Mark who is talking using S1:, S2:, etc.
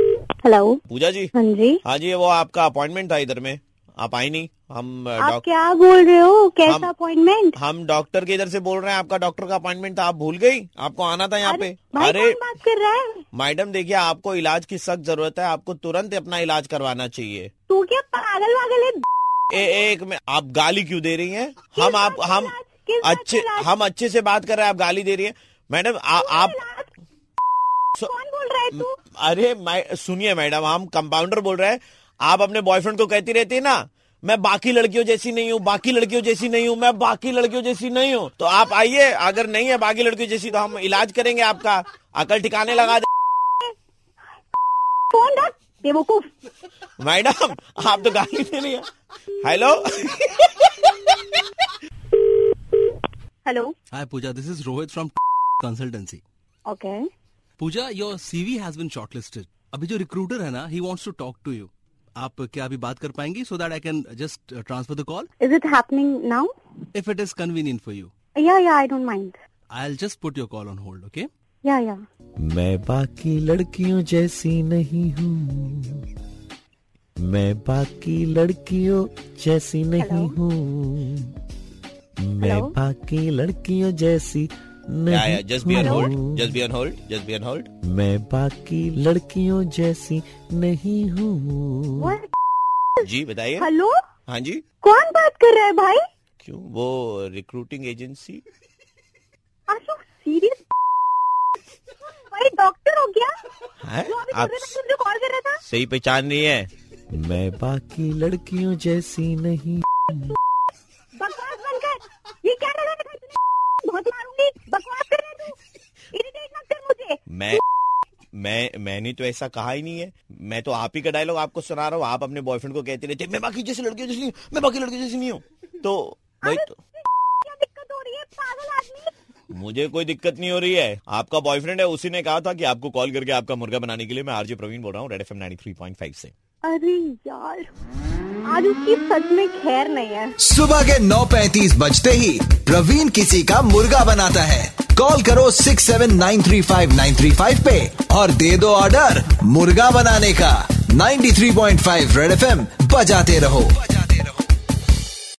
S1: Hello
S2: Pooja ji
S1: हाँ जी
S2: हाँ जी वो आपका अपॉइंटमेंट था इधर में आप आई नहीं हम अ,
S1: आप
S2: डॉक-
S1: क्या बोल रहे हो
S2: हम-
S1: कैसा अपॉइंटमेंट
S2: हम डॉक्टर के इधर से बोल रहे हैं आपका डॉक्टर का अपॉइंटमेंट था आप भूल गई आपको आना था यहाँ पे
S1: भाई
S2: अरे
S1: कौन बात कर रहा है
S2: मैडम देखिए आपको इलाज की सख्त जरूरत है आपको तुरंत अपना इलाज करवाना चाहिए
S1: तू क्या पागल वागल है
S2: ए, एक में आप गाली क्यों दे रही हैं हम आप
S1: बात का
S2: हम
S1: इलाज? किस बात का
S2: अच्छे
S1: इलाज?
S2: हम अच्छे से बात कर रहे हैं आप गाली दे रही हैं मैडम आ, आप
S1: लाज-
S2: सो-
S1: कौन बोल रहा है तू
S2: अरे मैं सुनिए मैडम हम कंपाउंडर बोल रहे हैं आप अपने बॉयफ्रेंड को कहती रहती है ना मैं बाकी लड़कियों जैसी नहीं हूँ बाकी लड़कियों जैसी नहीं हूँ मैं बाकी लड़कियों जैसी नहीं हूँ तो आप आइए अगर नहीं है बाकी लड़कियों जैसी तो हम इलाज करेंगे आपका अकल ठिकाने लगा दे
S1: फोन रख बेवकूफ
S2: मैडम आप तो गाली दे रही है hello
S1: hello
S3: Hi, Pooja. This is Rohit from Consultancy.
S1: Okay
S3: Pooja, your CV has been shortlisted. अभी जो recruiter है ना, he wants to talk to you. आप क्या अभी बात कर पाएंगी so that I can just uh, transfer the call
S1: is it happening now
S3: if it is convenient for you.
S1: Yeah yeah I don't mind
S3: I'll just put your call on hold, okay?
S1: या या
S4: मैं बाकी लड़कियों जैसी नहीं हूँ मैं बाकी लड़कियों जैसी नहीं
S1: Hello?
S4: हूँ मैं
S1: Hello?
S4: बाकी लड़कियों जैसी नहीं
S2: जस्ट बी ऑन होल्ड
S4: हूँ।
S2: Just be on hold just be on hold
S4: मैं बाकी लड़कियों जैसी नहीं हूँ
S1: What?
S2: जी बताइए
S1: हेलो
S2: हाँ जी
S1: कौन बात कर रहा है भाई
S2: क्यों वो रिक्रूटिंग एजेंसी
S1: अशोक सीरियस तो भाई डॉक्टर हो गया
S2: है
S1: जो अभी
S2: आप
S1: थोड़ी देर पहले मुझे कॉल कर रहा था
S2: सही पहचान रही है
S4: मैं बाकी लड़कियों जैसी नहीं
S1: बकवास बनकर ये क्या कर रहा है तू? बहुत मारूंगी बकवास कर रहा है तू इरिटेट मत कर मुझे
S2: मैं मैं मैंने तो ऐसा कहा ही नहीं है मैं तो आप ही का डायलॉग आपको सुना रहा हूँ आप अपने बॉयफ्रेंड को कहते रहते हैं, मैं बाकी जैसी लड़कियों जैसी नहीं हूँ, मैं बाकी लड़कियों जैसी नहीं हूँ तो भाई तो
S1: क्या दिक्कत हो रही है पागल आदमी
S2: मुझे कोई दिक्कत नहीं हो रही है आपका बॉयफ्रेंड है उसी ने कहा था कि आपको कॉल करके आपका मुर्गा बनाने के लिए मैं आरजे प्रवीण बोल रहा हूँ रेड एफ एम से
S1: अरे यार आज उसकी सच में खैर नहीं है
S5: सुबह के 9:35 बजते ही प्रवीण किसी का मुर्गा बनाता है कॉल करो 6793593 पे और दे दो ऑर्डर मुर्गा बनाने का 93.5 रेड एफएम बजाते रहो